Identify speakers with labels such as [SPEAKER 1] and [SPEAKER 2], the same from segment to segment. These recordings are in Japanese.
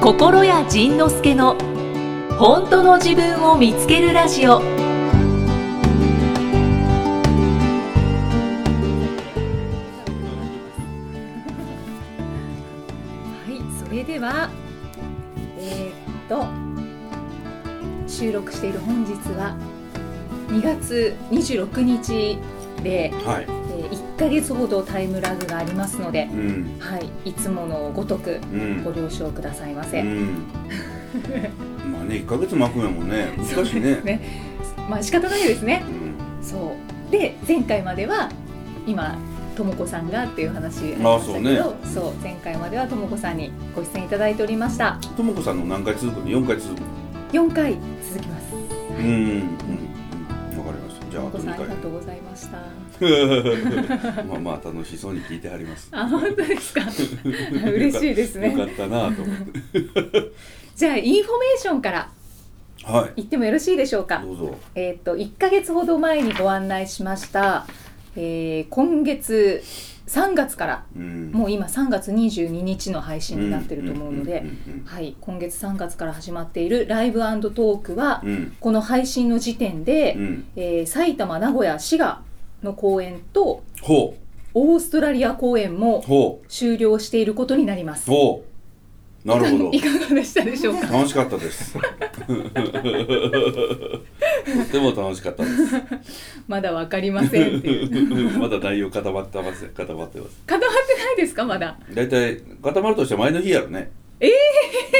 [SPEAKER 1] 心谷仁之助の本当の自分を見つけるラジオはいそれではえーっと収録している本日は2月26日で、
[SPEAKER 2] はい。
[SPEAKER 1] えー1ヶ月ほどタイムラグがありますので
[SPEAKER 2] う、ん。
[SPEAKER 1] はい、いつものごとく
[SPEAKER 2] うん。
[SPEAKER 1] ご了承くださいま
[SPEAKER 2] う
[SPEAKER 1] せ。
[SPEAKER 2] ん。 まあね、一ヶ月巻くんやもんね。難しいね。
[SPEAKER 1] ね、まあ仕方ないですね
[SPEAKER 2] う。ん。
[SPEAKER 1] そう。で前回までは今ともこさんがっていう話ありましたけど、
[SPEAKER 2] あ
[SPEAKER 1] そう,、前回まではともこさんにご出演いただいておりました。
[SPEAKER 2] ともこさんの何回続くの？四回続くの。
[SPEAKER 1] 4回続きます。
[SPEAKER 2] うん。うん。うんわかりました。じゃあ
[SPEAKER 1] と
[SPEAKER 2] あ
[SPEAKER 1] もことさん
[SPEAKER 2] 二
[SPEAKER 1] ありがとうございました。
[SPEAKER 2] 回。 まあまあ楽しそうに聞いてあります。
[SPEAKER 1] あ本当ですか。 嬉しいです
[SPEAKER 2] よか
[SPEAKER 1] ね。
[SPEAKER 2] ったなと思って。
[SPEAKER 1] じゃあインフォメーションから
[SPEAKER 2] は
[SPEAKER 1] 言ってもよろしいでしょうか
[SPEAKER 2] い。ど。うぞ。
[SPEAKER 1] えーっと1ヶ月ほど前にご案内しました、えー今月3月から
[SPEAKER 2] うん。
[SPEAKER 1] もう今3月22日の配信になってると思うので、
[SPEAKER 2] ん
[SPEAKER 1] はい、今月3月から始まっているライブトークは、
[SPEAKER 2] うん。うん。
[SPEAKER 1] この配信の時点
[SPEAKER 2] う
[SPEAKER 1] で、
[SPEAKER 2] ん。
[SPEAKER 1] えー埼玉名古屋滋賀の公演と
[SPEAKER 2] ほ
[SPEAKER 1] オーストラリア公演も
[SPEAKER 2] う。ほ
[SPEAKER 1] 終了していることになりま
[SPEAKER 2] う。
[SPEAKER 1] す。
[SPEAKER 2] ほう。なるほど
[SPEAKER 1] い。かがでしたでしょ うか。
[SPEAKER 2] 楽しかったです。とっても楽しかったです。
[SPEAKER 1] まだわかりませんって いう。
[SPEAKER 2] まだ内容固まってます固まってます
[SPEAKER 1] 固まってないですかまだ。
[SPEAKER 2] 大体固まるとしては前の日やろね
[SPEAKER 1] え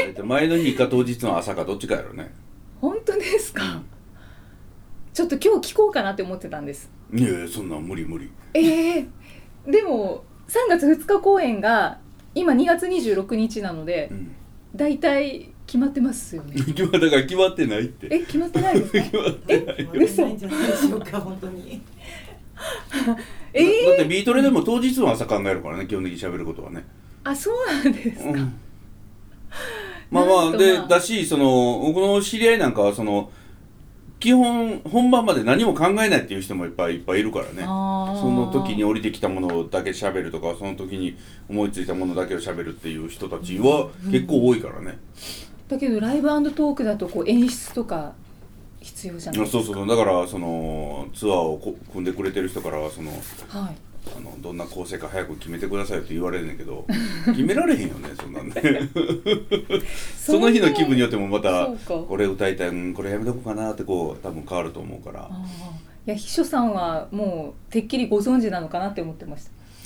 [SPEAKER 2] 大体前の日か当日の朝かどっちかやろね
[SPEAKER 1] 本当ですか。ちょっと今日聞こうかなって思ってたんです。
[SPEAKER 2] いやいやそんなん無理無理
[SPEAKER 1] ええでも3月2日公演が今2月26日なので
[SPEAKER 2] う、ん
[SPEAKER 1] だいたい決まってますよね。
[SPEAKER 2] 今だから決まってないって
[SPEAKER 1] え決まってないです か
[SPEAKER 2] 決まってないよ
[SPEAKER 1] 嘘
[SPEAKER 3] ないんじゃないでしょうか本当に。
[SPEAKER 1] えー
[SPEAKER 2] だってビートレでも当日の朝考えるからね基本的に喋ることはね、
[SPEAKER 1] あそうなんですか、
[SPEAKER 2] うんまあま
[SPEAKER 1] なん
[SPEAKER 2] あ
[SPEAKER 1] と
[SPEAKER 2] で
[SPEAKER 1] まあ
[SPEAKER 2] だしその僕の知り合いなんかはその基本本番まで何も考えないっていう人もいっぱいいっぱいいるからね
[SPEAKER 1] あー
[SPEAKER 2] その時に降りてきたものだけ喋るとかその時に思いついたものだけを喋るっていう人たちは結構多いからね、
[SPEAKER 1] だけどライブトークだとこう演出とか必要じゃないですか
[SPEAKER 2] そうそうだからそのツアーをこ組んでくれてる人からはその
[SPEAKER 1] はい
[SPEAKER 2] あのどんな構成か早く決めてくださいって言われるんだけど決められへんよね そ んなんねその日の気分によってもまた
[SPEAKER 1] そうか
[SPEAKER 2] これ歌いたいうんこれやめとこうかなってこう多分変わると思うから
[SPEAKER 1] ああいや秘書さんはもうてっきりご存知なのかなって思ってまし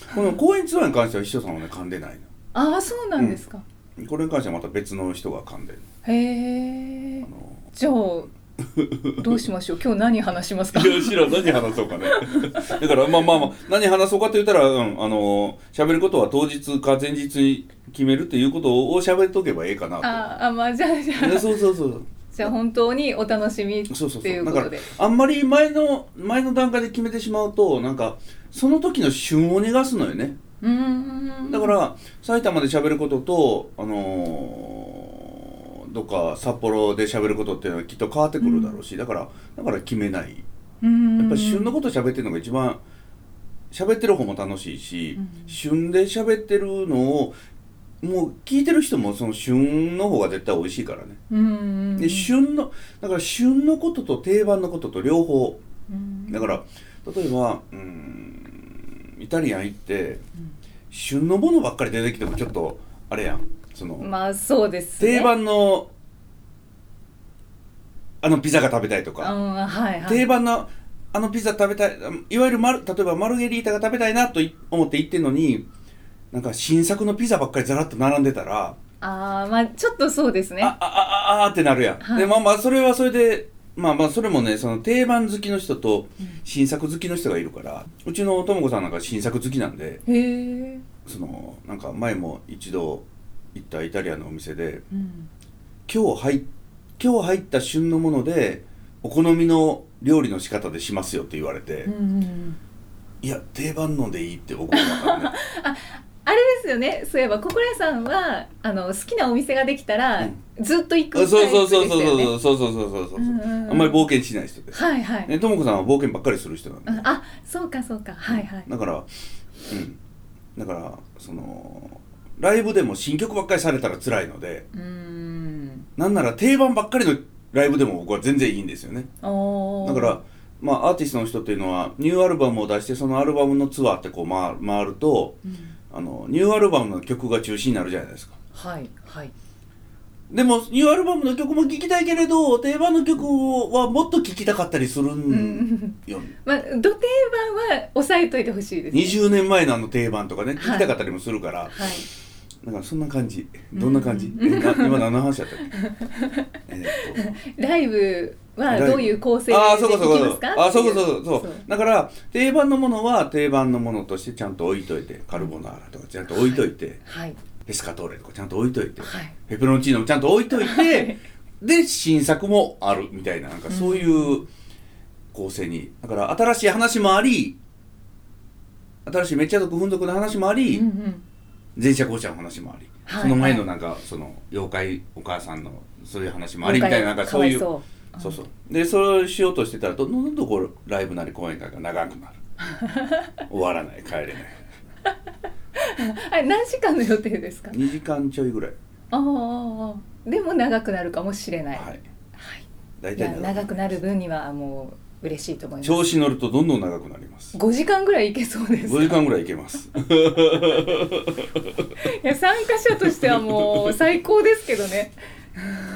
[SPEAKER 1] た
[SPEAKER 2] この公演ツアーに関しては秘書さんはね噛んでない
[SPEAKER 1] ああそうなんですか、
[SPEAKER 2] のこれに関してはまた別の人が噛んでる
[SPEAKER 1] へえ
[SPEAKER 2] あの
[SPEAKER 1] じゃあどうしましょう今日何話しますか
[SPEAKER 2] いや知らん何話そうかね だからまあまあまあ何話そうかって言ったら、うん、あの喋ることは当日か前日に決めるっていうことを喋っとけばええかな
[SPEAKER 1] ああまあじゃあじゃ
[SPEAKER 2] とね
[SPEAKER 1] あ
[SPEAKER 2] そうそうそう
[SPEAKER 1] じゃあ本当にお楽しみって
[SPEAKER 2] そうそう
[SPEAKER 1] い
[SPEAKER 2] そう
[SPEAKER 1] う
[SPEAKER 2] だ
[SPEAKER 1] こ
[SPEAKER 2] か
[SPEAKER 1] と
[SPEAKER 2] ら
[SPEAKER 1] で
[SPEAKER 2] あんまり前の前の段階で決めてしまうとなんかその時の旬を逃すのよね
[SPEAKER 1] うーん
[SPEAKER 2] だから埼玉で喋ることとあのーどっか札幌で喋ることっていうのはきっと変わってくるだろうし、だからだから決めないや
[SPEAKER 1] や
[SPEAKER 2] っぱり旬のこと喋ってるのが一番喋ってる方も楽しいし、
[SPEAKER 1] うん
[SPEAKER 2] 旬で喋ってるのをもう聞いてる人もその旬の方が絶対美味しいからね、
[SPEAKER 1] うん
[SPEAKER 2] で旬のだから旬のことと定番のことと両方
[SPEAKER 1] うん
[SPEAKER 2] だから例えばうーんイタリアン行って旬のものばっかり出てきてもちょっとあれやんその、
[SPEAKER 1] まあそうですね
[SPEAKER 2] 定番のあのピザが食べたいとか、
[SPEAKER 1] うんはいはい
[SPEAKER 2] 定番のあのピザ食べたいうんいわゆるマル例えばマルゲリータが食べたいなとい思って行ってんのになんか新作のピザばっかりざらっと並んでたら、
[SPEAKER 1] ああまあちょっとそうですね
[SPEAKER 2] あああああってなるやん、
[SPEAKER 1] はい
[SPEAKER 2] でまあまあそれはそれでまあまあそれもねその定番好きの人と新作好きの人がいるから、うちのとも子さんなんか新作好きなんで
[SPEAKER 1] へえ
[SPEAKER 2] そのなんか前も一度行ったイタリアのお店で
[SPEAKER 1] うん
[SPEAKER 2] 今日入っ今日入った旬のものでお好みの料理の仕方でしますよって言われて。
[SPEAKER 1] うんうんうん
[SPEAKER 2] いや定番のでいいって僕は分 からね
[SPEAKER 1] あれですよねそういえば心屋さんはあの好きなお店ができたら、
[SPEAKER 2] うん
[SPEAKER 1] ずっと行
[SPEAKER 2] そう
[SPEAKER 1] くタイ
[SPEAKER 2] そう
[SPEAKER 1] プ
[SPEAKER 2] そう
[SPEAKER 1] で
[SPEAKER 2] そう
[SPEAKER 1] したよね
[SPEAKER 2] そうそうそうそうそうそう
[SPEAKER 1] うんうんうん
[SPEAKER 2] あんまり冒険しない人です
[SPEAKER 1] はいはい、
[SPEAKER 2] ねともこさんは冒険ばっかりする人なんで
[SPEAKER 1] うんあそうかそうかはいはい
[SPEAKER 2] だからうんだからそのライブでも新曲ばっかりされたら辛いので
[SPEAKER 1] うーん
[SPEAKER 2] なんなら定番ばっかりのライブでも僕は全然いいんですよね
[SPEAKER 1] お
[SPEAKER 2] だ
[SPEAKER 1] ー
[SPEAKER 2] から、まあ、アーティストの人っていうのはニューアルバムを出してそのアルバムのツアーってこう回回ると
[SPEAKER 1] うん
[SPEAKER 2] あのニューアルバムの曲が中心になるじゃないですか
[SPEAKER 1] はいはい
[SPEAKER 2] でもニューアルバムの曲も聴きたいけれど定番の曲はもっと聴きたかったりする
[SPEAKER 1] うんん
[SPEAKER 2] よ、
[SPEAKER 1] まあど定番は押さえといてほしいですね
[SPEAKER 2] 20年前のあの定番とかね
[SPEAKER 1] はい
[SPEAKER 2] 聴きたかったりもするから、
[SPEAKER 1] はい
[SPEAKER 2] なんかそんな感じどんな感じ、
[SPEAKER 1] うん
[SPEAKER 2] えな今何の話だったっ けえーっと
[SPEAKER 1] ライブはどういう構成で
[SPEAKER 2] ああ
[SPEAKER 1] で
[SPEAKER 2] そうかそう
[SPEAKER 1] き
[SPEAKER 2] か
[SPEAKER 1] ま
[SPEAKER 2] そ
[SPEAKER 1] す
[SPEAKER 2] う
[SPEAKER 1] か
[SPEAKER 2] かあそうかそ
[SPEAKER 1] ってい
[SPEAKER 2] うかそうだから定番のものは定番のものとしてちゃんと置いといてカルボナーラとかちゃんと置いといて、
[SPEAKER 1] はい
[SPEAKER 2] ペスカトーレとかちゃんと置いといて
[SPEAKER 1] はい
[SPEAKER 2] ペペロンチーノもちゃんと置いとい
[SPEAKER 1] は
[SPEAKER 2] て
[SPEAKER 1] い
[SPEAKER 2] で新作もあるみたいななんかそういう構成にだから新しい話もあり新しいめっちゃ独奮族の話もあり、
[SPEAKER 1] うんうん
[SPEAKER 2] 前者後者の話もあり、
[SPEAKER 1] はい
[SPEAKER 2] その前のなんかその妖怪お母さんのそういう話もありみたいななんか
[SPEAKER 1] か
[SPEAKER 2] そう
[SPEAKER 1] わ
[SPEAKER 2] い
[SPEAKER 1] いうそう
[SPEAKER 2] そうそうでそれをしようとしてたらどんどんどんどんこうライブなり講演会が長く なる終わらない帰れない
[SPEAKER 1] あれ何時間の予定ですか
[SPEAKER 2] 2時間ちょいぐらい
[SPEAKER 1] ああでも長くなるかもしれない、
[SPEAKER 2] はい
[SPEAKER 1] はい
[SPEAKER 2] 大
[SPEAKER 1] いや
[SPEAKER 2] 体
[SPEAKER 1] 長くな
[SPEAKER 2] る
[SPEAKER 1] る分にはもう嬉しいと思います
[SPEAKER 2] 調子乗るとどんどん長くなります
[SPEAKER 1] 5時間ぐらいいけそうです
[SPEAKER 2] 5時間ぐらいいけます
[SPEAKER 1] いや参加者としてはもう最高ですけど ね、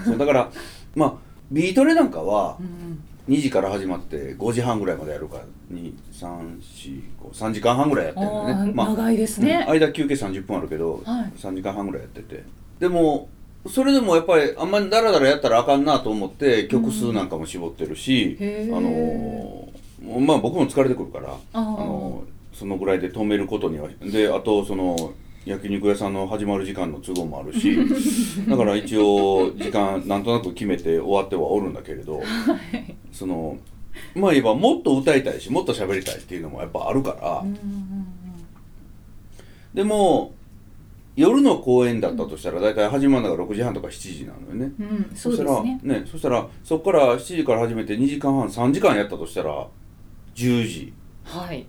[SPEAKER 2] そうだからまあビートレなんかは
[SPEAKER 1] うん、
[SPEAKER 2] 2時から始まって5時半ぐらいまでやるから2345時間半ぐらいやってるんだよね
[SPEAKER 1] あー長いですね
[SPEAKER 2] うん間休憩30分あるけど、
[SPEAKER 1] はい
[SPEAKER 2] 3時間半ぐらいやっててでもそれでもやっぱりあんまりダラダラやったらあかんなと思って曲数なんかも絞ってるし、
[SPEAKER 1] うんへー
[SPEAKER 2] あのーまあ僕も疲れてくるから
[SPEAKER 1] あー
[SPEAKER 2] のーそのぐらいで止めることにはであとその焼肉屋さんの始まる時間の都合もある しだから一応時間なんとなく決めて終わってはおるんだけれど、そのまあ言えばもっと歌いたいしもっと喋りたいっていうのもやっぱあるから、
[SPEAKER 1] うんうんうん
[SPEAKER 2] でも夜の公演だったとしたら大体始まるのが6時半とか7時なのよね。
[SPEAKER 1] うん、そうですね
[SPEAKER 2] そしたらねそしたらそこから7時から始めて2時間半3時間やったとしたら10時
[SPEAKER 1] はい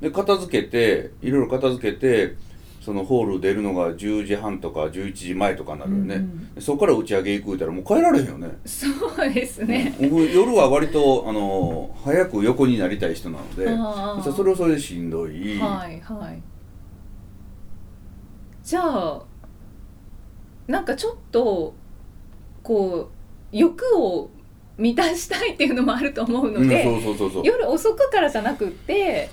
[SPEAKER 2] で片付けていろいろ片付けてそのホール出るのが10時半とか11時前とかになるよね、
[SPEAKER 1] うんうん
[SPEAKER 2] でそこから打ち上げ行く言うたらもう帰られへんよね
[SPEAKER 1] そうですね、
[SPEAKER 2] 僕夜は割とあの早く横になりたい人なので
[SPEAKER 1] あー
[SPEAKER 2] そそれはそれでしんどい、
[SPEAKER 1] はいはいじゃあなんかちょっとこう欲を満たしたいっていうのもあると思う
[SPEAKER 2] う
[SPEAKER 1] の
[SPEAKER 2] ん、
[SPEAKER 1] で、
[SPEAKER 2] そうそうそうそう
[SPEAKER 1] 夜遅くからじゃなくって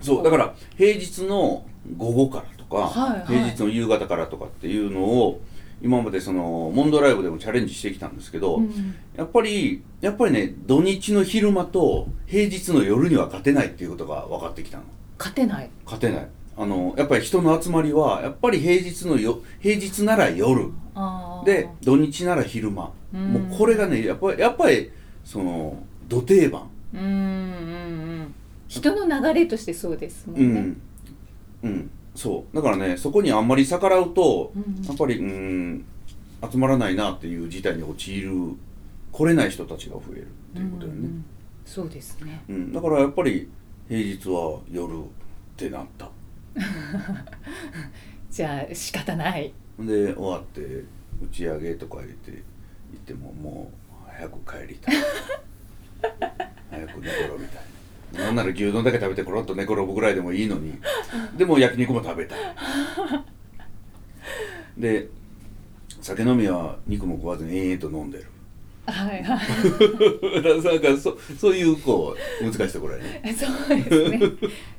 [SPEAKER 2] そうだから平日の午後からとか、
[SPEAKER 1] はいはい
[SPEAKER 2] 平日の夕方からとかっていうのを今までそのモンドライブでもチャレンジしてきたんですけど、
[SPEAKER 1] うん
[SPEAKER 2] やっぱりやっぱりね土日の昼間と平日の夜には勝てないっていうことが分かってきたの
[SPEAKER 1] 勝てない
[SPEAKER 2] 勝てないあのやっぱり人の集まりはやっぱり平日のよ平日なら夜
[SPEAKER 1] あー
[SPEAKER 2] で土日なら昼間、
[SPEAKER 1] うん
[SPEAKER 2] もうこれがねやっぱりやっぱりその土定番
[SPEAKER 1] うんうんうん人の流れとしてそうですも
[SPEAKER 2] うん
[SPEAKER 1] ね、
[SPEAKER 2] ん、うん、そうだからねそこにあんまり逆らうと、
[SPEAKER 1] うん
[SPEAKER 2] やっぱりうん集まらないなっていう事態に陥る来れない人たちが増えるっていうことだよ
[SPEAKER 1] ん
[SPEAKER 2] ね、
[SPEAKER 1] んそうですね
[SPEAKER 2] うんだからやっぱり平日は夜ってなった
[SPEAKER 1] じゃあ仕方ない
[SPEAKER 2] で終わって打ち上げとか入れて行ってももう早く帰りたい早く寝転びたいなんなら牛丼だけ食べてコロッと寝転ぶぐらいでもいいのにでも焼肉も食べたいで酒飲みは肉も食わずに延々と飲んでる
[SPEAKER 1] はいはい
[SPEAKER 2] なんかそそういうこう難しいところやね
[SPEAKER 1] そうです ね。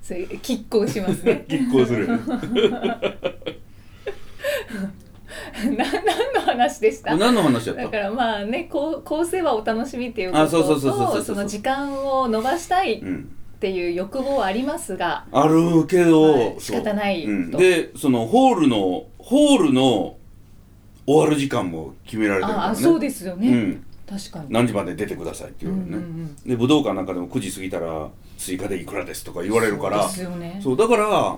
[SPEAKER 1] それ拮抗しますね。
[SPEAKER 2] 拮抗するよね
[SPEAKER 1] な何の話でした。
[SPEAKER 2] 何の話だった
[SPEAKER 1] だからまあね、こう構成はお楽しみっていうこと
[SPEAKER 2] あそうそうそうそうそうそ
[SPEAKER 1] と、
[SPEAKER 2] う
[SPEAKER 1] その時間を伸ばしたいっ
[SPEAKER 2] うん
[SPEAKER 1] ていう欲望はありますが、
[SPEAKER 2] あるけ
[SPEAKER 1] は
[SPEAKER 2] ど、
[SPEAKER 1] い
[SPEAKER 2] そう
[SPEAKER 1] 仕方ないと
[SPEAKER 2] うんでそのホールのホールの終わる時間も決められてるから
[SPEAKER 1] あ
[SPEAKER 2] ね
[SPEAKER 1] あそうですよね。
[SPEAKER 2] うん、
[SPEAKER 1] 確かに。
[SPEAKER 2] 何時まで出てくださいっていうのね、
[SPEAKER 1] うんうんうん
[SPEAKER 2] で武道館なんかでも9時過ぎたら追加でいくらですとか言われるから
[SPEAKER 1] そうですよね。
[SPEAKER 2] そうだから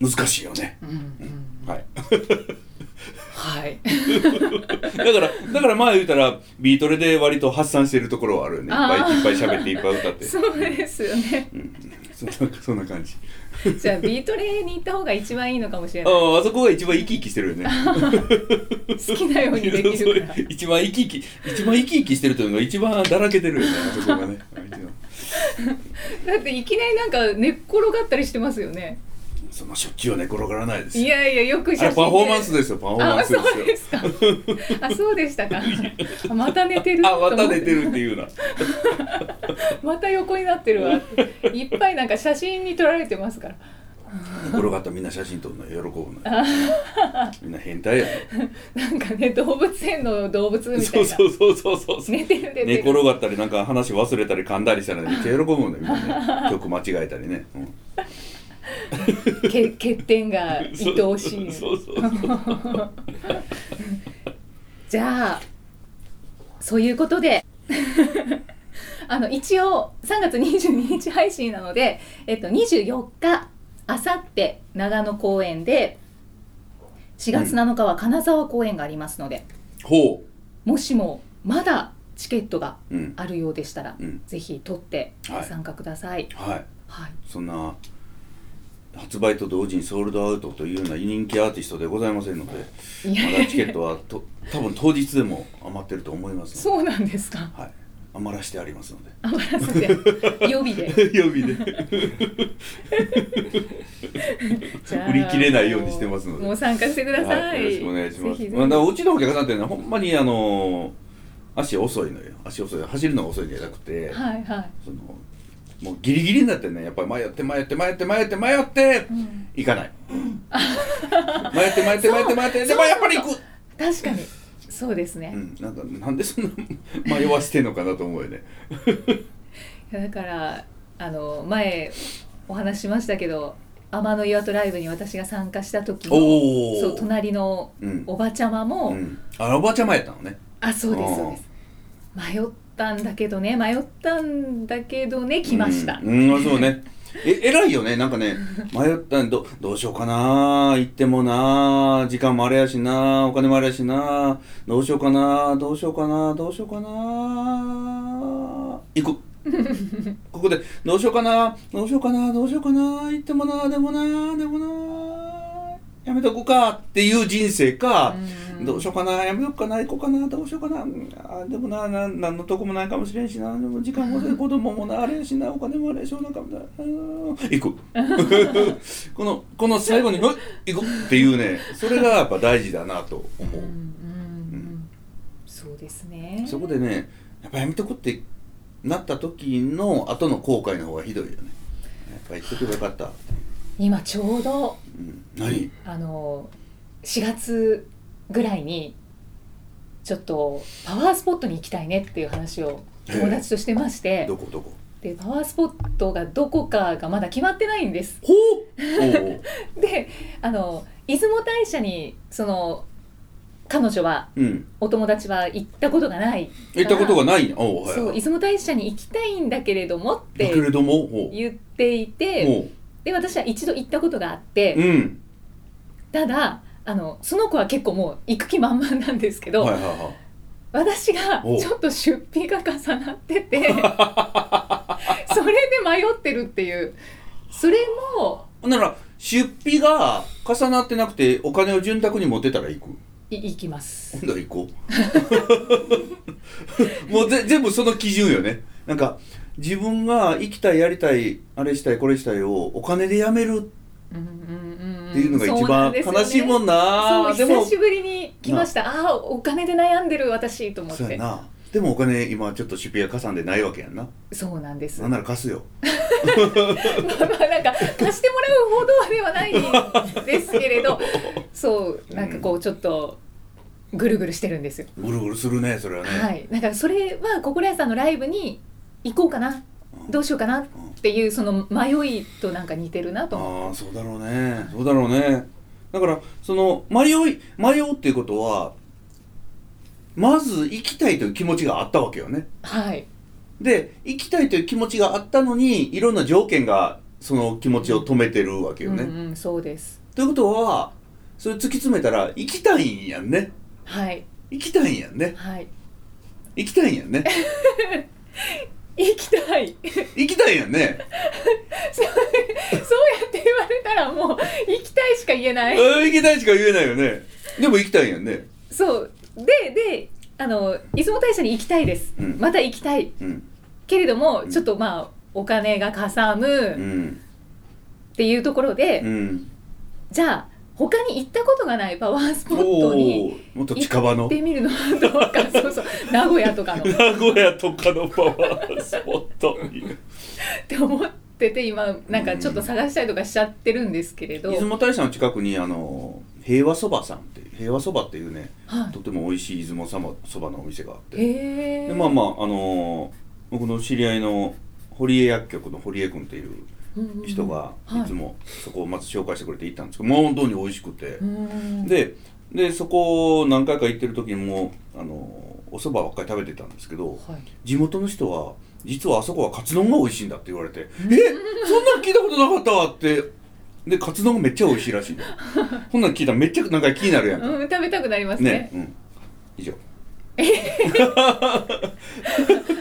[SPEAKER 2] 難しいよね、
[SPEAKER 1] うんうん
[SPEAKER 2] はい
[SPEAKER 1] はい。
[SPEAKER 2] だからだからまあ言うたらビートレで割と発散してるところはあるよねいっぱい
[SPEAKER 1] あー
[SPEAKER 2] いっぱい喋っていっぱい歌って
[SPEAKER 1] そうですよね。
[SPEAKER 2] うんそんなそんな感じ
[SPEAKER 1] じゃあビートレに行った方が一番いいのかもしれ
[SPEAKER 2] あ
[SPEAKER 1] ない
[SPEAKER 2] ああそこが一番生き生きしてるよね
[SPEAKER 1] 好きなようにできるから
[SPEAKER 2] そうそう一番生き生き一番生き生きしてるというのが一番だらけてるよねあそこがね一番
[SPEAKER 1] だっていきなりなんか寝っ転がったりしてますよね
[SPEAKER 2] そのしょっちゅうはね転がらないです
[SPEAKER 1] い
[SPEAKER 2] よ
[SPEAKER 1] やいやよく
[SPEAKER 2] あ
[SPEAKER 1] 写真
[SPEAKER 2] れ
[SPEAKER 1] で
[SPEAKER 2] パフォーマンスですよパフォーマン
[SPEAKER 1] あ
[SPEAKER 2] スで
[SPEAKER 1] そうですすかあそうでした かあまた寝てる
[SPEAKER 2] よあまた寝て
[SPEAKER 1] る
[SPEAKER 2] るっていうな
[SPEAKER 1] また横になってるわいっぱいなんか写真に撮られてますから
[SPEAKER 2] 転がったらみんな写真撮るの喜ぶのみんな変態やね
[SPEAKER 1] なんかね動物園の動物みたいな
[SPEAKER 2] そうそうそうそうそう
[SPEAKER 1] 寝てる寝てる
[SPEAKER 2] 寝転がったりなんか話忘れたり噛んだりした らめっちゃ喜ぶもんねみんなね曲間違えたりね、うん
[SPEAKER 1] け欠点が愛おしい
[SPEAKER 2] そうそうそうそう
[SPEAKER 1] じゃあそういうことで あの一応3月22日配信なので、えっと、24日あさって長野公演で4月7日は金沢公演がありますので、
[SPEAKER 2] ほ
[SPEAKER 1] もしもまだチケットが
[SPEAKER 2] ううん
[SPEAKER 1] あるようでしたら、
[SPEAKER 2] うん
[SPEAKER 1] ぜひ取って
[SPEAKER 2] はい
[SPEAKER 1] ご参加ください。
[SPEAKER 2] はい
[SPEAKER 1] はい、
[SPEAKER 2] そんな発売と同時にソールドアウトというような人気アーティストでございませんので
[SPEAKER 1] いや
[SPEAKER 2] まだチケットは と多分当日でも余ってると思いますの
[SPEAKER 1] そうなんですか。
[SPEAKER 2] で、はい、余らしてありますので
[SPEAKER 1] 余ら せて 予備で。
[SPEAKER 2] 予備で
[SPEAKER 1] じゃあ
[SPEAKER 2] 売り切れないようにしてますので
[SPEAKER 1] もう参加してください。
[SPEAKER 2] よろしくお願いします
[SPEAKER 1] ぜひぜひ
[SPEAKER 2] まあ、だからうちのお客さんっていうのはほんまにあのー足遅いのよ足遅い走るのが遅いんじゃなくて、
[SPEAKER 1] はいはい。
[SPEAKER 2] そのもうギリギリになってねやっぱり迷って迷って迷って迷って迷って、
[SPEAKER 1] うん
[SPEAKER 2] 行かない迷って迷って迷って迷ってでもやっぱり行く
[SPEAKER 1] 確かにそうですね
[SPEAKER 2] う、ん、なんかなんでそんな迷わしてんのかなと思うよね。
[SPEAKER 1] いやだからあの前お話ししましたけど天の岩戸ライブに私が参加した時の
[SPEAKER 2] おお。
[SPEAKER 1] そう隣の
[SPEAKER 2] うん
[SPEAKER 1] おばちゃまも、
[SPEAKER 2] うん。あらおばあちゃまやったのね。
[SPEAKER 1] あそうで
[SPEAKER 2] あー
[SPEAKER 1] すそうです迷ったんだけどね迷ったんだけどね来ました、
[SPEAKER 2] うん、うんそう ね。え偉いよねなんかね迷ったんどどうしようかな行ってもな時間もあれやしなお金もあれやしなどうしようかなどうしようかなどうしようかな行くここでどうしようかなどうしようかなどうしようかな行ってもなでもなでもなやめとこうかっていう人生か、
[SPEAKER 1] うん
[SPEAKER 2] どうしようかなやめようかな行こうかなどうしようかなうんあでもなな何のとこもないかもしれんしなでも時間も 子供もなあれやしなお金もあれやしなんかもなうん 行くこのこの最後に「うん行く」っていうねそれがやっぱ大事だなと思
[SPEAKER 1] うんうんう
[SPEAKER 2] う。
[SPEAKER 1] んそうですね
[SPEAKER 2] そこでねやっぱやめとこうってなった時の後の後悔の方がひどいよね。やっぱ言っとけばよかった。
[SPEAKER 1] 今ちょうど
[SPEAKER 2] うん、何
[SPEAKER 1] あの4月ぐらいにちょっとパワースポットに行きたいねっていう話を友達としてまして
[SPEAKER 2] どこどこ
[SPEAKER 1] でパワースポットがどこかがまだ決まってないんです。
[SPEAKER 2] ほうおう
[SPEAKER 1] であの出雲大社にその彼女は
[SPEAKER 2] うん
[SPEAKER 1] お友達は行ったことがない
[SPEAKER 2] 行ったことがないんやおうはい、
[SPEAKER 1] そう
[SPEAKER 2] はい、
[SPEAKER 1] 出雲大社に行きたいんだけれどもっ
[SPEAKER 2] だけれ
[SPEAKER 1] て
[SPEAKER 2] どもおう
[SPEAKER 1] 言っていて
[SPEAKER 2] おう
[SPEAKER 1] で私は一度行ったことがあって。
[SPEAKER 2] うん
[SPEAKER 1] ただあのその子は結構もう行く気満々なんですけど、
[SPEAKER 2] はいはいはい
[SPEAKER 1] 私が
[SPEAKER 2] お
[SPEAKER 1] ちょっと出費が重なってて それで迷ってるっていうそれも
[SPEAKER 2] ほんなら出費が重なってなくてお金を潤沢に持てたら行く
[SPEAKER 1] い行きます
[SPEAKER 2] 今度は行こ うもうぜ全部その基準よねなんか自分が行きたいやりたいあれしたいこれしたいをお金でやめるっ
[SPEAKER 1] って
[SPEAKER 2] いうのが一番悲しいもんな,、
[SPEAKER 1] そう
[SPEAKER 2] で
[SPEAKER 1] 久
[SPEAKER 2] も
[SPEAKER 1] しぶりに来ましたああーお金で悩んでる私と思っ
[SPEAKER 2] そうや
[SPEAKER 1] て
[SPEAKER 2] なでもお金今ちょっと出費がかさんでないわけやんな
[SPEAKER 1] そうなんです
[SPEAKER 2] なん
[SPEAKER 1] まあ
[SPEAKER 2] なら貸すよ
[SPEAKER 1] まあなんか貸してもらうほどではないですけれ どそうなんかこうちょっとぐるぐるしてるんですよ
[SPEAKER 2] ぐるぐるするねそれはね、
[SPEAKER 1] はい、だからそれは心屋さんのライブに行こうかなどうしようかなっていうその迷いとなんか似てるなと思う
[SPEAKER 2] ああそうだろうねそうだろうねだからその迷い迷うっていうことはまず行きたいという気持ちがあったわけよね
[SPEAKER 1] はい
[SPEAKER 2] で行きたいという気持ちがあったのにいろんな条件がその気持ちを止めてるわけよね、
[SPEAKER 1] うんうん、そうです
[SPEAKER 2] ということはそれ突き詰めたら行きたいんやんね
[SPEAKER 1] はい
[SPEAKER 2] 行きたいんやんね
[SPEAKER 1] はい
[SPEAKER 2] 行きたいんやんね
[SPEAKER 1] 行きたい
[SPEAKER 2] 行きたいんやんね
[SPEAKER 1] そうからもう行きたいしか言えない
[SPEAKER 2] うん行きたいしか言えないよねでも行きたいんやんね
[SPEAKER 1] そうでであの出雲大社に行きたいです、
[SPEAKER 2] うん
[SPEAKER 1] また行きたい
[SPEAKER 2] うん
[SPEAKER 1] けれども、
[SPEAKER 2] うん
[SPEAKER 1] ちょっとまあお金がかさ
[SPEAKER 2] う
[SPEAKER 1] む
[SPEAKER 2] ん
[SPEAKER 1] っていうところで、
[SPEAKER 2] うん
[SPEAKER 1] じゃあ他に行ったことがないパワースポットに
[SPEAKER 2] おおもっと近場
[SPEAKER 1] 行っ
[SPEAKER 2] の
[SPEAKER 1] てみるのはどう かそうそう名古屋とかのっ
[SPEAKER 2] 名古屋とかのパワースポットに
[SPEAKER 1] て思ってて今なんかちょっと探したりとかしちゃってるんですけれど、
[SPEAKER 2] 出雲大社の近くにあの平和そばさんって平和そばっていうね
[SPEAKER 1] はい
[SPEAKER 2] とても美味しい出雲そばのお店があって
[SPEAKER 1] へ
[SPEAKER 2] で
[SPEAKER 1] え
[SPEAKER 2] まあまああのー僕の知り合いの堀江薬局の堀江君っていう人が
[SPEAKER 1] うんうん
[SPEAKER 2] いつもそこをまず紹介してくれて行ったんですけど、もう本当に美味しくて
[SPEAKER 1] う、ん
[SPEAKER 2] ででそこを何回か行ってる時にもうあのーお蕎麦ばっかり食べてたんですけど
[SPEAKER 1] はい
[SPEAKER 2] 地元の人は実はあそこはカツ丼が美味しいんだって言われて、えそんなん聞いたことなかったわってでカツ丼がめっちゃ美味しいらしいん だよほんなん聞いたらめっちゃなんか気になるやんか、
[SPEAKER 1] うん、食べたくなります
[SPEAKER 2] ね
[SPEAKER 1] ね
[SPEAKER 2] うん以上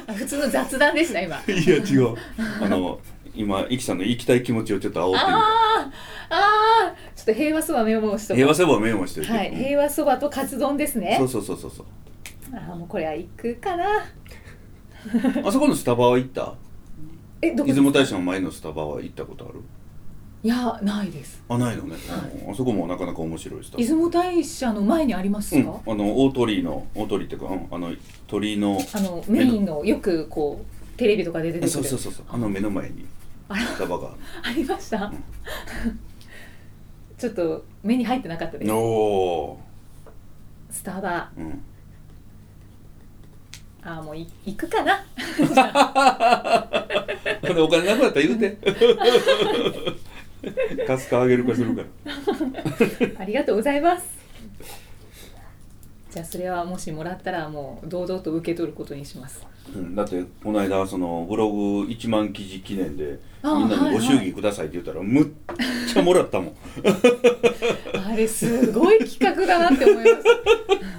[SPEAKER 1] あ普通の雑談でした今
[SPEAKER 2] いや違う あの今イキさんの行きたい気持ちをちょっと煽ってみた
[SPEAKER 1] ああああちょっと平和そばメモをしとこ
[SPEAKER 2] 平和
[SPEAKER 1] う
[SPEAKER 2] そばをメモしておいて、
[SPEAKER 1] はい、平和そばとカツ丼ですね
[SPEAKER 2] そうそうそうそうそう
[SPEAKER 1] ああもうこれは行くかな
[SPEAKER 2] あそこのスタバは行った
[SPEAKER 1] えどこ
[SPEAKER 2] 出雲大社の前のスタバは行ったことある
[SPEAKER 1] いやないです
[SPEAKER 2] あないのね、うんあそこもなかなか面白いスタバ
[SPEAKER 1] 出雲大社の前にあります
[SPEAKER 2] うん、
[SPEAKER 1] か、
[SPEAKER 2] あの大鳥居の大鳥居っていうか、うん、あの鳥居の
[SPEAKER 1] あのメインのよくこうテレビとかで出てくる
[SPEAKER 2] そうそうそうそうあの目の前に
[SPEAKER 1] あら
[SPEAKER 2] スタバが
[SPEAKER 1] ありました、
[SPEAKER 2] ん
[SPEAKER 1] ちょっと目に入ってなかったで
[SPEAKER 2] おお
[SPEAKER 1] すスタバ
[SPEAKER 2] ー、うん、
[SPEAKER 1] ああもうい行くかな
[SPEAKER 2] これお金なくなったら言う てカスカあげるかするから
[SPEAKER 1] ありがとうございます。じゃあそれはもしもらったらもう堂々と受け取ることにします。
[SPEAKER 2] うん、だってこの間そのブログ1万記事記念で
[SPEAKER 1] あー
[SPEAKER 2] みんなにご
[SPEAKER 1] はいはい
[SPEAKER 2] 祝儀くださいって言ったら、むっちゃもらったもん
[SPEAKER 1] あれすごい企画だなって思いま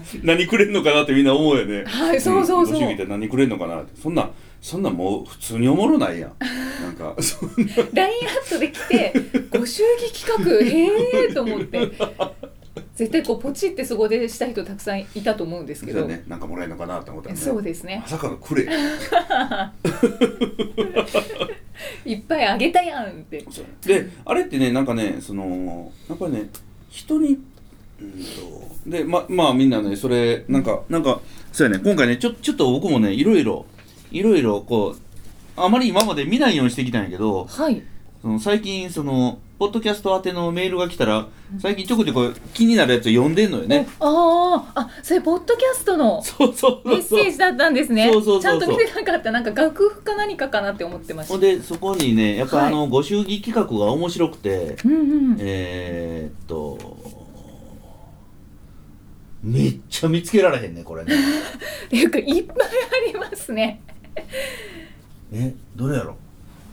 [SPEAKER 1] す。
[SPEAKER 2] 何くれんのかなってみんな思うよね
[SPEAKER 1] はいそうそうそうん
[SPEAKER 2] ご祝儀って何くれんのかなってそんなそんなもう普通におもろないやんなんか そんな
[SPEAKER 1] ラインアットで来てご祝儀企画へえと思って。絶対こうポチってそこでした人たくさんいたと思うんですけど、
[SPEAKER 2] ねなんかもらえるのかなって思ったら、ね、
[SPEAKER 1] そうですね
[SPEAKER 2] まさかのくれ
[SPEAKER 1] いっぱいあげたやんって
[SPEAKER 2] であれってねなんかねそのやっぱりね人にうんとでままあみんなねそれなんかなんかそうやね今回ねちょちょっと僕もねいろいろいろいろこうあまり今まで見ないようにしてきたんやけど
[SPEAKER 1] はい
[SPEAKER 2] その最近そのポッドキャスト宛てのメールが来たら最近ちょこちょこ気になるやつ読んでんのよね。
[SPEAKER 1] あああそれポッドキャストの
[SPEAKER 2] そうそう
[SPEAKER 1] メ
[SPEAKER 2] そ
[SPEAKER 1] ッ
[SPEAKER 2] うそう
[SPEAKER 1] セージだったんですね
[SPEAKER 2] そうそうそうそ
[SPEAKER 1] ちゃん
[SPEAKER 2] う
[SPEAKER 1] と見てなかったなんか楽譜か何かかなって思ってました
[SPEAKER 2] ほんでそこにねやっぱ
[SPEAKER 1] はい
[SPEAKER 2] あの、ご祝儀企画が面白くて
[SPEAKER 1] うんうん
[SPEAKER 2] えー、っとめっちゃ見つけられへんねこれ ね
[SPEAKER 1] っていうかいっぱいありますね。
[SPEAKER 2] えどれやろ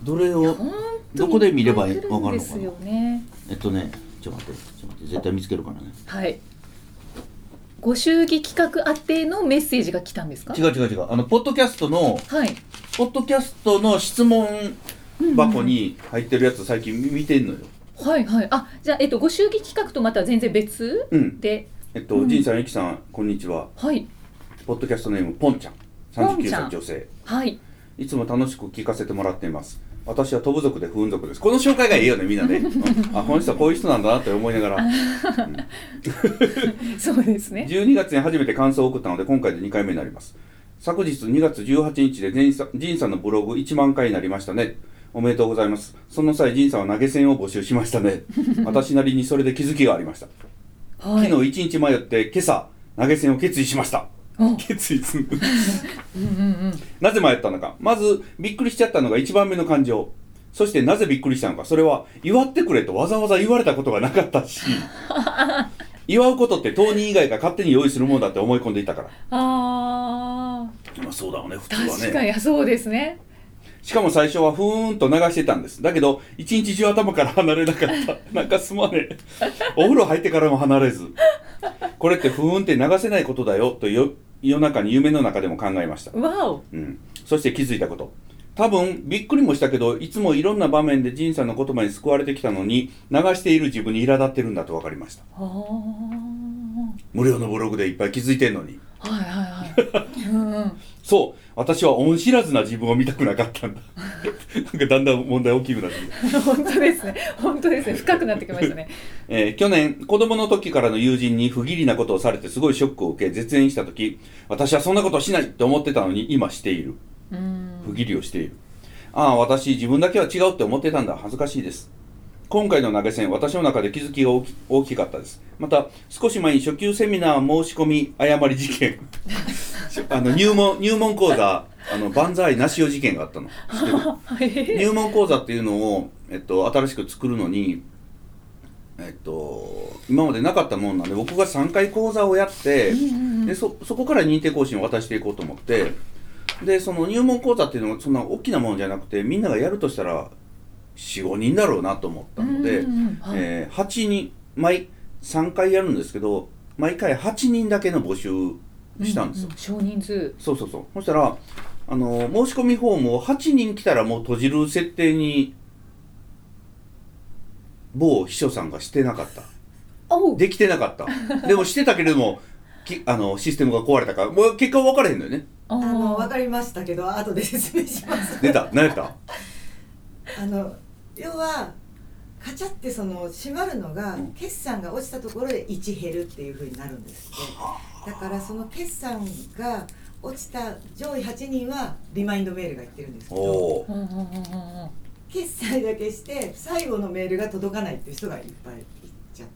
[SPEAKER 2] どれを
[SPEAKER 1] 本当
[SPEAKER 2] ど
[SPEAKER 1] に
[SPEAKER 2] こで見ればいい
[SPEAKER 1] いっぱい来るんですよね。
[SPEAKER 2] えっとねちょっと待ってちょっと待って絶対見つけるからね
[SPEAKER 1] はい。ご祝儀企画宛てのメッセージが来たんですか。
[SPEAKER 2] 違う違う違うあのポッドキャストの
[SPEAKER 1] はい。
[SPEAKER 2] ポッドキャストの質問箱に入ってるやつ最近見てんのよ
[SPEAKER 1] はいはい。あ、じゃあえっとご祝儀企画とまた全然別
[SPEAKER 2] うん
[SPEAKER 1] で、
[SPEAKER 2] えっと、
[SPEAKER 1] うん
[SPEAKER 2] ジンさんゆきさんこんにちは
[SPEAKER 1] はい
[SPEAKER 2] ポッドキャストネームポンちゃん
[SPEAKER 1] ポン
[SPEAKER 2] 39
[SPEAKER 1] ちゃ
[SPEAKER 2] 歳
[SPEAKER 1] ん
[SPEAKER 2] 女性
[SPEAKER 1] はい。
[SPEAKER 2] いつも楽しく聞かせてもらっています。私は飛ぶ族で不運族です。この紹介がいいよね、みんなね。 うんあ、この人はこういう人なんだなって思いながら。うん
[SPEAKER 1] そうですね。
[SPEAKER 2] 12月に初めて感想を送ったので、今回で2回目になります。昨日2月18日でジンさんジンさんのブログ1万回になりましたね。おめでとうございます。その際、ジンさんは投げ銭を募集しました ね。私なりにそれで気づきがありました。
[SPEAKER 1] はい。
[SPEAKER 2] 昨日1日迷って、今朝、投げ銭を決意しまし
[SPEAKER 1] う
[SPEAKER 2] た。
[SPEAKER 1] ん
[SPEAKER 2] 決意する。
[SPEAKER 1] うんうん
[SPEAKER 2] なぜ迷ったのか。まず、びっくりしちゃったのが一番目の感情。そして、なぜびっくりしたのか。それは、祝ってくれとわざわざ言われたことがなかっ たし、祝うことって当人以外が勝手に用意するものだって思い込んでいたから。
[SPEAKER 1] うん。ああ。
[SPEAKER 2] まあ、そうだよね、普
[SPEAKER 1] 確かにそうですね。
[SPEAKER 2] しかも最初はふーんと流してたんです。だけど、一日中頭から離れなかった。 なんかすまねえ。お風呂入ってからも離れず。これってふーんって流せないことだよ、とよ夜中に夢の中でも考えました。
[SPEAKER 1] わお。
[SPEAKER 2] うん、そして気づいたこと多分びっくりもしたけどいつもいろんな場面で仁さんの言葉に救われてきたのに流している自分に苛立ってるんだと分かりました
[SPEAKER 1] あー
[SPEAKER 2] 無料のブログでいっぱい気づいてんのに
[SPEAKER 1] はいはいはい。うんうん。
[SPEAKER 2] そう私は恩知らずな自分を見たくなかったんだ なんかだんだん問題大きくなってきた
[SPEAKER 1] 本当ですね。本当ですね。深くなってきましたね。
[SPEAKER 2] えー去年、子供の時からの友人に不義理なことをされてすごいショックを受け、絶縁した時、私はそんなことしないって思ってたのに、今している。
[SPEAKER 1] うん。
[SPEAKER 2] 不義理をしている。ああ、私、自分だけは違うって思ってたんだ。恥ずかしいです。今回の投げ銭、私の中で気づきが大き大きかったです。また、少し前に初級セミナー申し込み誤り事件。あの入門入門講座、あの万歳なしよ事件があったの。知ってる
[SPEAKER 1] はい。
[SPEAKER 2] 入門講座っていうのを、えっと、新しく作るのに、えっと、今までなかったもんなんで僕が3回講座をやって、
[SPEAKER 1] うんうん
[SPEAKER 2] でそそこから認定講師に渡していこうと思ってでその入門講座っていうのはそんな大きなものじゃなくてみんながやるとしたら45人だろうなと思ったので、
[SPEAKER 1] うんうんうんはい
[SPEAKER 2] えー8人毎3回やるんですけど毎回8人だけの募集したんですよ。
[SPEAKER 1] うう少人数。
[SPEAKER 2] そうそうそうそしたらあの申し込みフォームを8人来たらもう閉じる設定に某秘書さんがしてなかった
[SPEAKER 1] おう。
[SPEAKER 2] できてなかったでもしてたけれどもきあのシステムが壊れたからもう結果は分からへんのよね
[SPEAKER 1] あ
[SPEAKER 3] あの分
[SPEAKER 1] ー
[SPEAKER 3] かりましたけど後で説明します
[SPEAKER 2] 出た何や った
[SPEAKER 3] あの要はカチャってその閉まるのが
[SPEAKER 2] うん
[SPEAKER 3] 決算が落ちたところで1減るっていうふうになるんですってだからその決算が落ちた上位8人はリマインドメールがいってるんですけ
[SPEAKER 2] お
[SPEAKER 3] ど
[SPEAKER 2] お
[SPEAKER 1] うんうんうんうんうん。
[SPEAKER 3] 決済だけして最後のメールが届かないっていう人がいっぱいいっちゃっ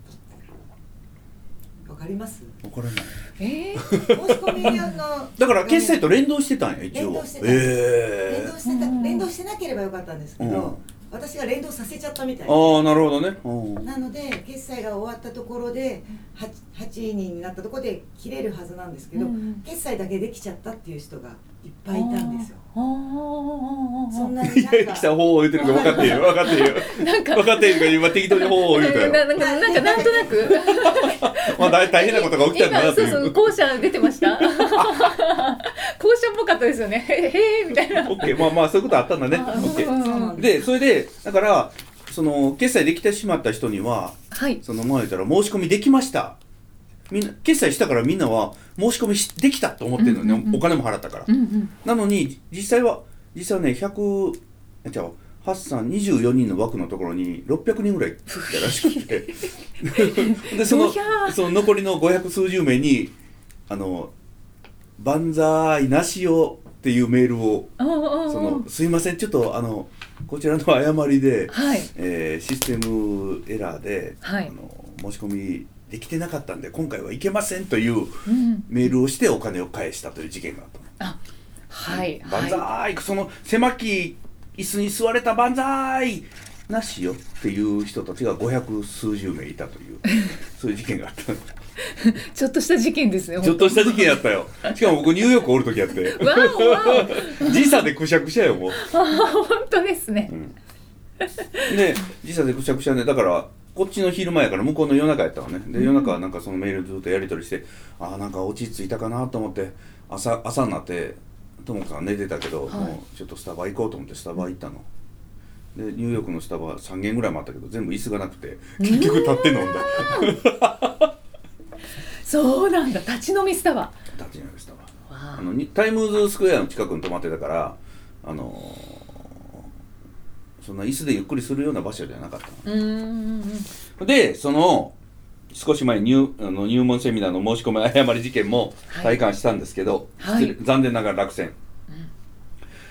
[SPEAKER 3] たわか ります
[SPEAKER 2] 分からない
[SPEAKER 1] ええ。
[SPEAKER 3] 申し込みあの
[SPEAKER 2] だから決済と連動してたんや一応
[SPEAKER 3] 連動してた連
[SPEAKER 2] え
[SPEAKER 3] 動してた、
[SPEAKER 1] うん
[SPEAKER 3] 連動してなければよかったんですけど、
[SPEAKER 2] うん
[SPEAKER 3] 私が連動させちゃったみた
[SPEAKER 2] え
[SPEAKER 3] い
[SPEAKER 2] ああなるほどねうん
[SPEAKER 3] なので決済が終わったところで 8, 8人になったところで切れるはずなんですけど、
[SPEAKER 1] うんうん
[SPEAKER 3] 決済だけできちゃったっていう人がいっぱいいたんですよ
[SPEAKER 1] あー。あーあーあーあー
[SPEAKER 3] そんなに
[SPEAKER 2] い
[SPEAKER 3] なん
[SPEAKER 2] や
[SPEAKER 3] か
[SPEAKER 2] 来た方を言ってるから分かっている分かっている
[SPEAKER 1] なんか
[SPEAKER 2] 分かっているから今適当に方を言うた
[SPEAKER 1] な
[SPEAKER 2] よ
[SPEAKER 1] なんかなんかなんとなく
[SPEAKER 2] まあ大大変なことが起きたんだなとい
[SPEAKER 1] 今そうそう
[SPEAKER 2] う。
[SPEAKER 1] 校舎出てました校舎っぽかったですよねへへえみたい な
[SPEAKER 2] オッケー、まあまあそういうことあったんだね。オ
[SPEAKER 1] あ
[SPEAKER 2] ッケ
[SPEAKER 1] うんうんうん
[SPEAKER 2] ー。で、それで、だから、その決済できてしまった人には、
[SPEAKER 1] はい
[SPEAKER 2] そのまあ言ったら申し込みできました。みんな決済したからみんなは申し込みしできたと思ってるのね、
[SPEAKER 1] うんうんうん
[SPEAKER 2] お金も払ったから。
[SPEAKER 1] うんうん
[SPEAKER 2] なのに実際は実際はね100え違う8三24人の枠のところに600人ぐらいいたらしく てでその
[SPEAKER 1] どうや
[SPEAKER 2] その残りの500数十名に「あの万歳なしよ」っていうメールを
[SPEAKER 1] あー
[SPEAKER 2] 「
[SPEAKER 1] あ
[SPEAKER 2] そ
[SPEAKER 1] ーあ
[SPEAKER 2] のすいませんちょっとあのこちらの誤り
[SPEAKER 1] ー
[SPEAKER 2] で、
[SPEAKER 1] はい
[SPEAKER 2] えーシステムエラーで、
[SPEAKER 1] はい
[SPEAKER 2] あの申し込みできてなかったんで今回はいけません」という
[SPEAKER 1] うん
[SPEAKER 2] メールをしてお金を返したという事件があったの。
[SPEAKER 1] あはい
[SPEAKER 2] 万
[SPEAKER 1] は
[SPEAKER 2] 歳、その狭き椅子に座れた万歳なしよっていう人たちが500数十名いたと いうそういう事件があった
[SPEAKER 1] いちょっとした事件ですね
[SPEAKER 2] ちょっとした事件やったよしかも僕ニューヨークおる時やって
[SPEAKER 1] わおわ
[SPEAKER 2] 時差でくしゃくしゃよもう、
[SPEAKER 1] おあー本当ですね
[SPEAKER 2] うん、で時差でくしゃくしゃでだからこっちの昼前やから向こうの夜中やったのねで夜中はなんかそのメールずっとやり取りしてああなんか落ち着いたかなと思って朝朝になってともこさん寝てたけど、
[SPEAKER 1] はい
[SPEAKER 2] もうちょっとスタバ行こうと思ってスタバ行ったのでニューヨークのスタバ3軒ぐらいもあったけど全部椅子がなくて結局立って飲んだ
[SPEAKER 1] そうなんだ立ち飲みスタバ
[SPEAKER 2] 立ち飲みスタバ
[SPEAKER 1] わ
[SPEAKER 2] あのにタイムズスクエアの近くに泊まってたからあのーそんな椅子でゆっくりするような場所じゃなかったの
[SPEAKER 1] うーん
[SPEAKER 2] でその少し前に入あの入門セミナーの申し込み誤り事件も
[SPEAKER 1] はい
[SPEAKER 2] 体感したんですけど、
[SPEAKER 1] はい
[SPEAKER 2] 失礼残念ながら落選、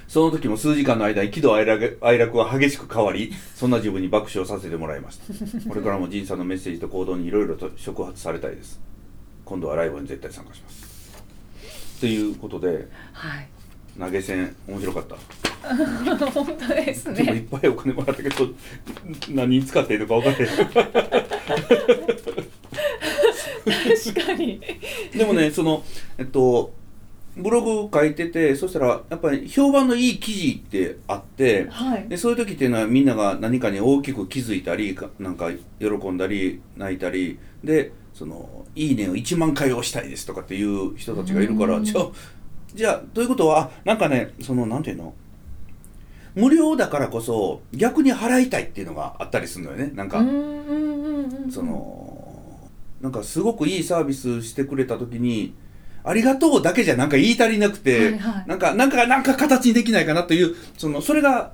[SPEAKER 2] その時も数時間の間に喜怒哀楽哀楽は激しく変わりそんな自分に爆笑させてもらいましたこれからも仁さんのメッセージと行動にいろいろと触発されたいです今度はライブに絶対参加しますということで
[SPEAKER 1] はい
[SPEAKER 2] 投げ銭面白かった
[SPEAKER 1] 本当です
[SPEAKER 2] でもいっ
[SPEAKER 1] ね
[SPEAKER 2] ぱいお金もらったけど何に使っていいのか分からへん
[SPEAKER 1] 確かに
[SPEAKER 2] でもね、その、えっと、ブログ書いてて、そしたら、やっぱり評判のいい記事ってあって、
[SPEAKER 1] はい
[SPEAKER 2] でそういう時っていうのはみんなが何かに大きく気づいたり、かなんか喜んだり、泣いたり、で、その、いいねを1万回押したいですとかっていう人たちがいるか
[SPEAKER 1] う
[SPEAKER 2] ら、
[SPEAKER 1] ん
[SPEAKER 2] じゃあ、じゃあ、ということは、あなんかね、その、なんていうの無料だからこそ逆に払いたいっていうのがあったりするのよねなんか、
[SPEAKER 1] うんうんうんうん
[SPEAKER 2] そのなんかすごくいいサービスしてくれた時にありがとうだけじゃなんか言い足りなくて、
[SPEAKER 1] はいはい
[SPEAKER 2] なんかなんかなんか形にできないかなというそのそれが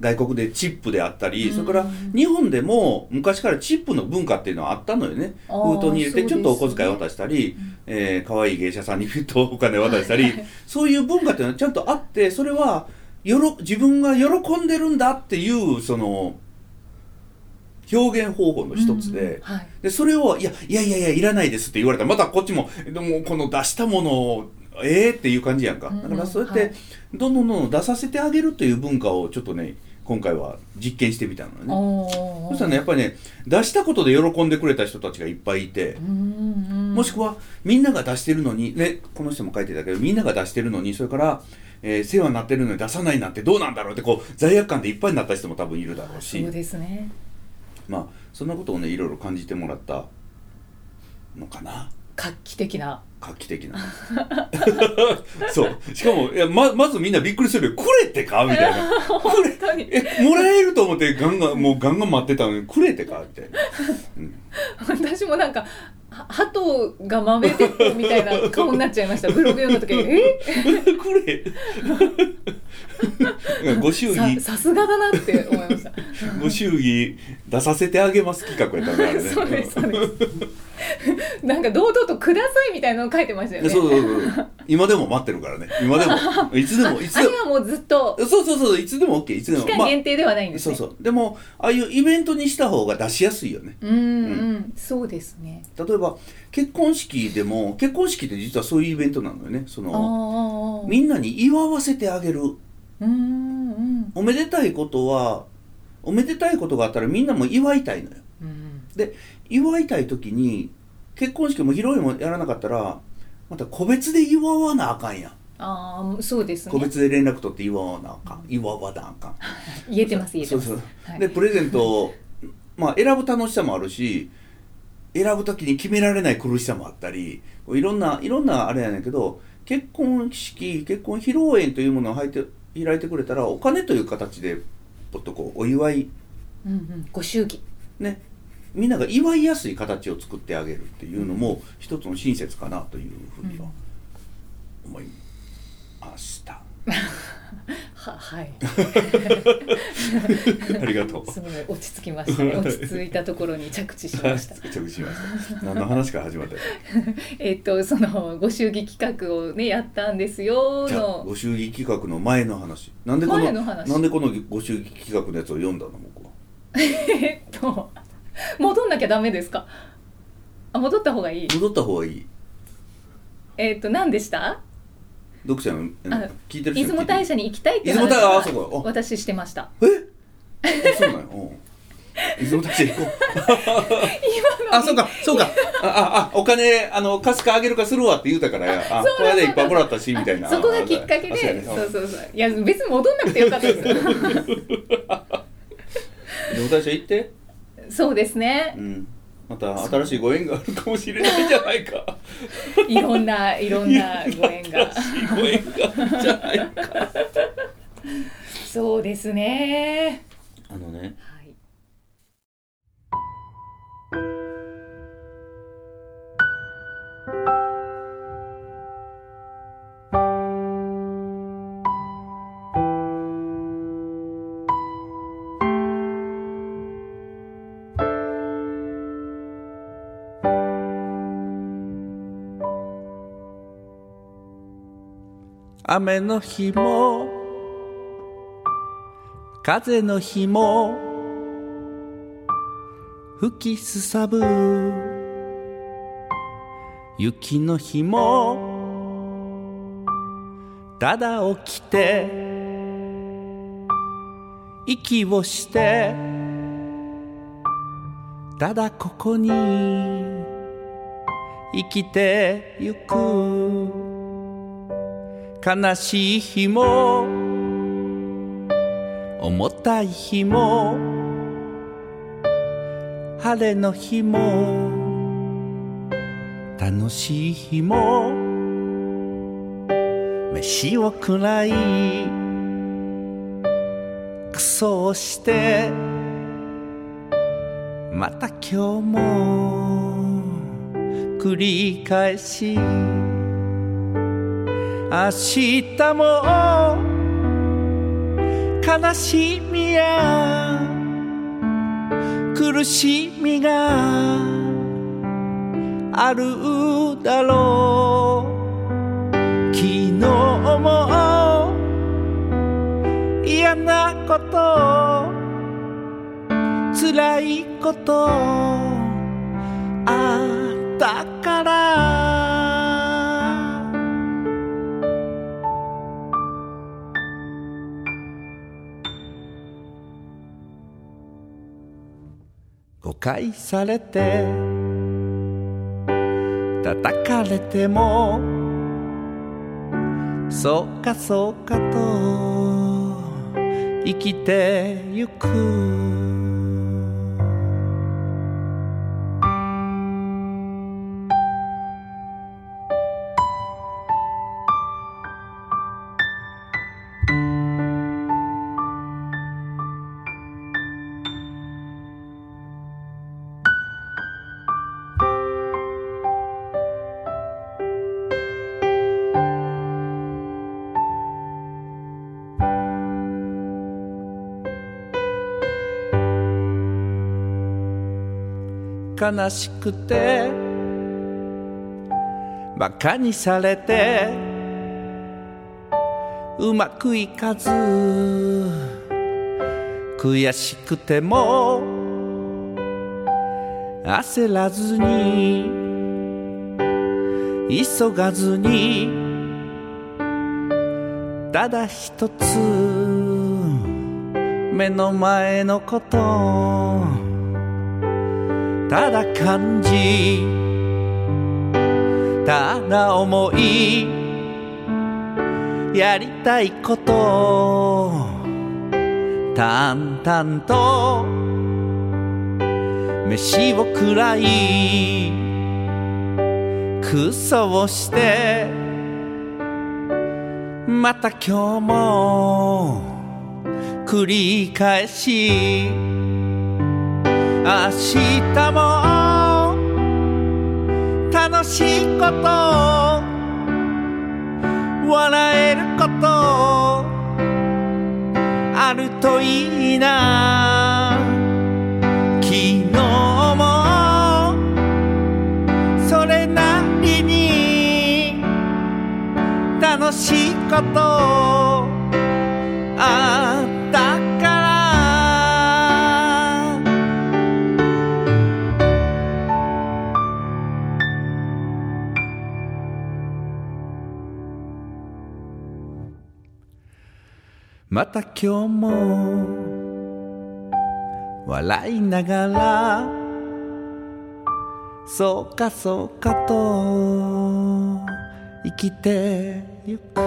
[SPEAKER 2] 外国でチップであったり、
[SPEAKER 1] うん
[SPEAKER 2] それから日本でも昔からチップの文化っていうのはあったのよね
[SPEAKER 1] あー
[SPEAKER 2] 封筒に入れてちょっとお小遣い渡
[SPEAKER 1] そ
[SPEAKER 2] したり、えー、可愛い芸者さんにふっとお金渡したり、そういう文化っていうのはちゃんとあってそれはよろ自分が喜んでるんだっていうその表現方法の
[SPEAKER 1] うですね
[SPEAKER 2] 一つで、
[SPEAKER 1] うんはい
[SPEAKER 2] でそれをいやいやいやいやいらないですって言われたらまたこっちもでもこの出したものをええっていう感じやんか
[SPEAKER 1] うんうん
[SPEAKER 2] だからそうやっ
[SPEAKER 1] は
[SPEAKER 2] て
[SPEAKER 1] い
[SPEAKER 2] どんどんどんどん出させてあげるという文化をちょっとね今回は実験してみたのね
[SPEAKER 1] おー
[SPEAKER 2] そしたらねやっぱりね出したことで喜んでくれた人たちがいっぱいいて
[SPEAKER 1] うんうん
[SPEAKER 2] もしくはみんなが出してるのにねこの人も書いてたけどみんなが出してるのにそれから、えー世話になってるのに出さないなんてどうなんだろうってこう罪悪感でいっぱいになった人も多分いるだろうし
[SPEAKER 1] そうですね
[SPEAKER 2] まあそんなことをねいろいろ感じてもらったのかな
[SPEAKER 1] 画期的 な
[SPEAKER 2] 画期 的なそうしかもいやままずみんなびっくりするよ「くれてか?」みたいな「くれ
[SPEAKER 1] 本当に
[SPEAKER 2] えもらえると思ってガンガンもうガンガン待ってたのに「くれてか?」みたいな、うん
[SPEAKER 1] 私もなんかは鳩が豆鉄砲みたい な顔になっちゃいましたブログ読んだ時にえ
[SPEAKER 2] くれ ご祝儀
[SPEAKER 1] ささすがだなって思いました
[SPEAKER 2] ご祝儀出させてあげます企画やったからね
[SPEAKER 1] そうですそうですなんか堂々と「ください」みたいなの書いてましたよ
[SPEAKER 2] うん
[SPEAKER 1] ね
[SPEAKER 2] そうそうそう今でも待ってるからね 今でもいつでもいつ
[SPEAKER 1] あ
[SPEAKER 2] で
[SPEAKER 1] れ
[SPEAKER 2] も
[SPEAKER 1] はもうずっと
[SPEAKER 2] そうそうそういつでも OK いつでも
[SPEAKER 1] 期間限定ではないん
[SPEAKER 2] まあ
[SPEAKER 1] です
[SPEAKER 2] そう
[SPEAKER 1] ね、
[SPEAKER 2] そうでもああいうイベントにした方が出しやすいよね
[SPEAKER 1] うんうんそうですね
[SPEAKER 2] 例えば結婚式でも結婚式って実はそういうイベントなのよねそ
[SPEAKER 1] あ
[SPEAKER 2] の
[SPEAKER 1] あ
[SPEAKER 2] みんなに祝わせてあげる
[SPEAKER 1] うんうん
[SPEAKER 2] おめでたいことはおめでたいことがあったらみんなも祝いたいのよ
[SPEAKER 1] うん
[SPEAKER 2] 祝いたい時に結婚式も披露宴もやらなかったらまた個別で祝わなあかんやん
[SPEAKER 1] ああそうです
[SPEAKER 2] 個
[SPEAKER 1] ね
[SPEAKER 2] 別で連絡取って祝わなあかん祝わなあかん
[SPEAKER 1] 言えてます言えてます
[SPEAKER 2] そうそう
[SPEAKER 1] はい
[SPEAKER 2] でプレゼントを、まあ、選ぶ楽しさもあるし選ぶ時に決められない苦しさもあったりこういろんないろんなあれやねんけど結婚式結婚披露宴というものを開いて開いてくれたらお金という形でポッとこうお祝い
[SPEAKER 1] うんうんご祝儀
[SPEAKER 2] ねみんなが祝いやすい形を作ってあげるっていうのも一つの親切かなというふうには思いました。
[SPEAKER 1] ははい
[SPEAKER 2] ありがとう。
[SPEAKER 1] すごい落ち着きました ね落ち着いたところに着地しました
[SPEAKER 2] はい着地しました。何の話から始まったの
[SPEAKER 1] えっとそのご祝儀企画をねやったんですよ
[SPEAKER 2] じゃあ
[SPEAKER 1] の
[SPEAKER 2] ご祝儀企画の前の話なんでこの
[SPEAKER 1] 前の話
[SPEAKER 2] なんでこのご祝儀企画のやつを読んだの僕は
[SPEAKER 1] えっと 戻んなきゃダメですかあ戻った方がいい
[SPEAKER 2] 戻った方がいい
[SPEAKER 1] えっと何でした
[SPEAKER 2] 読者のあの
[SPEAKER 1] あ
[SPEAKER 2] 聞いてる
[SPEAKER 1] 出
[SPEAKER 2] 人
[SPEAKER 1] 雲大社に行きたいって
[SPEAKER 2] 出雲
[SPEAKER 1] 話
[SPEAKER 2] 大社あそ
[SPEAKER 1] は
[SPEAKER 2] こ あ
[SPEAKER 1] 私してました
[SPEAKER 2] えあそうなんやうん出雲大社行こうあそうかそうかあああお金あの貸すかあげるかするわって言うたからやあこれでいっぱいもらったしみたいな
[SPEAKER 1] そこがきっかけ
[SPEAKER 2] あそうや
[SPEAKER 1] で
[SPEAKER 2] ね
[SPEAKER 1] そうそうそういや別に戻んなくてよかったです
[SPEAKER 2] 出雲大社行って
[SPEAKER 1] そうですね
[SPEAKER 2] うんまた新しいご縁があるかもしれないじゃない か
[SPEAKER 1] いろんないろんなご縁 が
[SPEAKER 2] 新しいご縁があるじゃないか
[SPEAKER 1] そうですね
[SPEAKER 2] あのね
[SPEAKER 1] はい
[SPEAKER 4] 雨の日も風の日も吹きすさぶ雪の日もただ起きて息をしてただここに生きてゆく悲しい日も重たい日も晴れの日も楽しい日も飯を食らい
[SPEAKER 2] そうしてまた今日も繰り返し明日も悲しみや苦しみがあるだろう昨日も嫌なこと辛いことあったから誤解されて叩かれてもそうかそうかと生きてゆく悲しくてバカにされてうまくいかず悔しくても焦らずに急がずにただ一つ目の前のことただ感じただ思いやりたいこと淡々と飯を食らい苦そをしてまた今日も繰り返し明日も楽しいこと笑えることあるといいな昨日もそれなりに楽しいことあったからまた今日も笑いながらそうかそうかと生きてゆく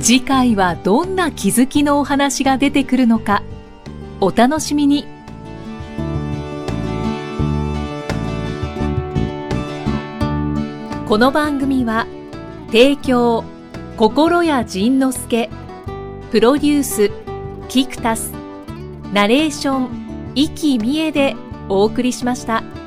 [SPEAKER 1] 次回はどんな気づきのお話が出てくるのかお楽しみにこの番組は提供心谷仁之助プロデュースキクタスナレーション生きみえでお送りしました。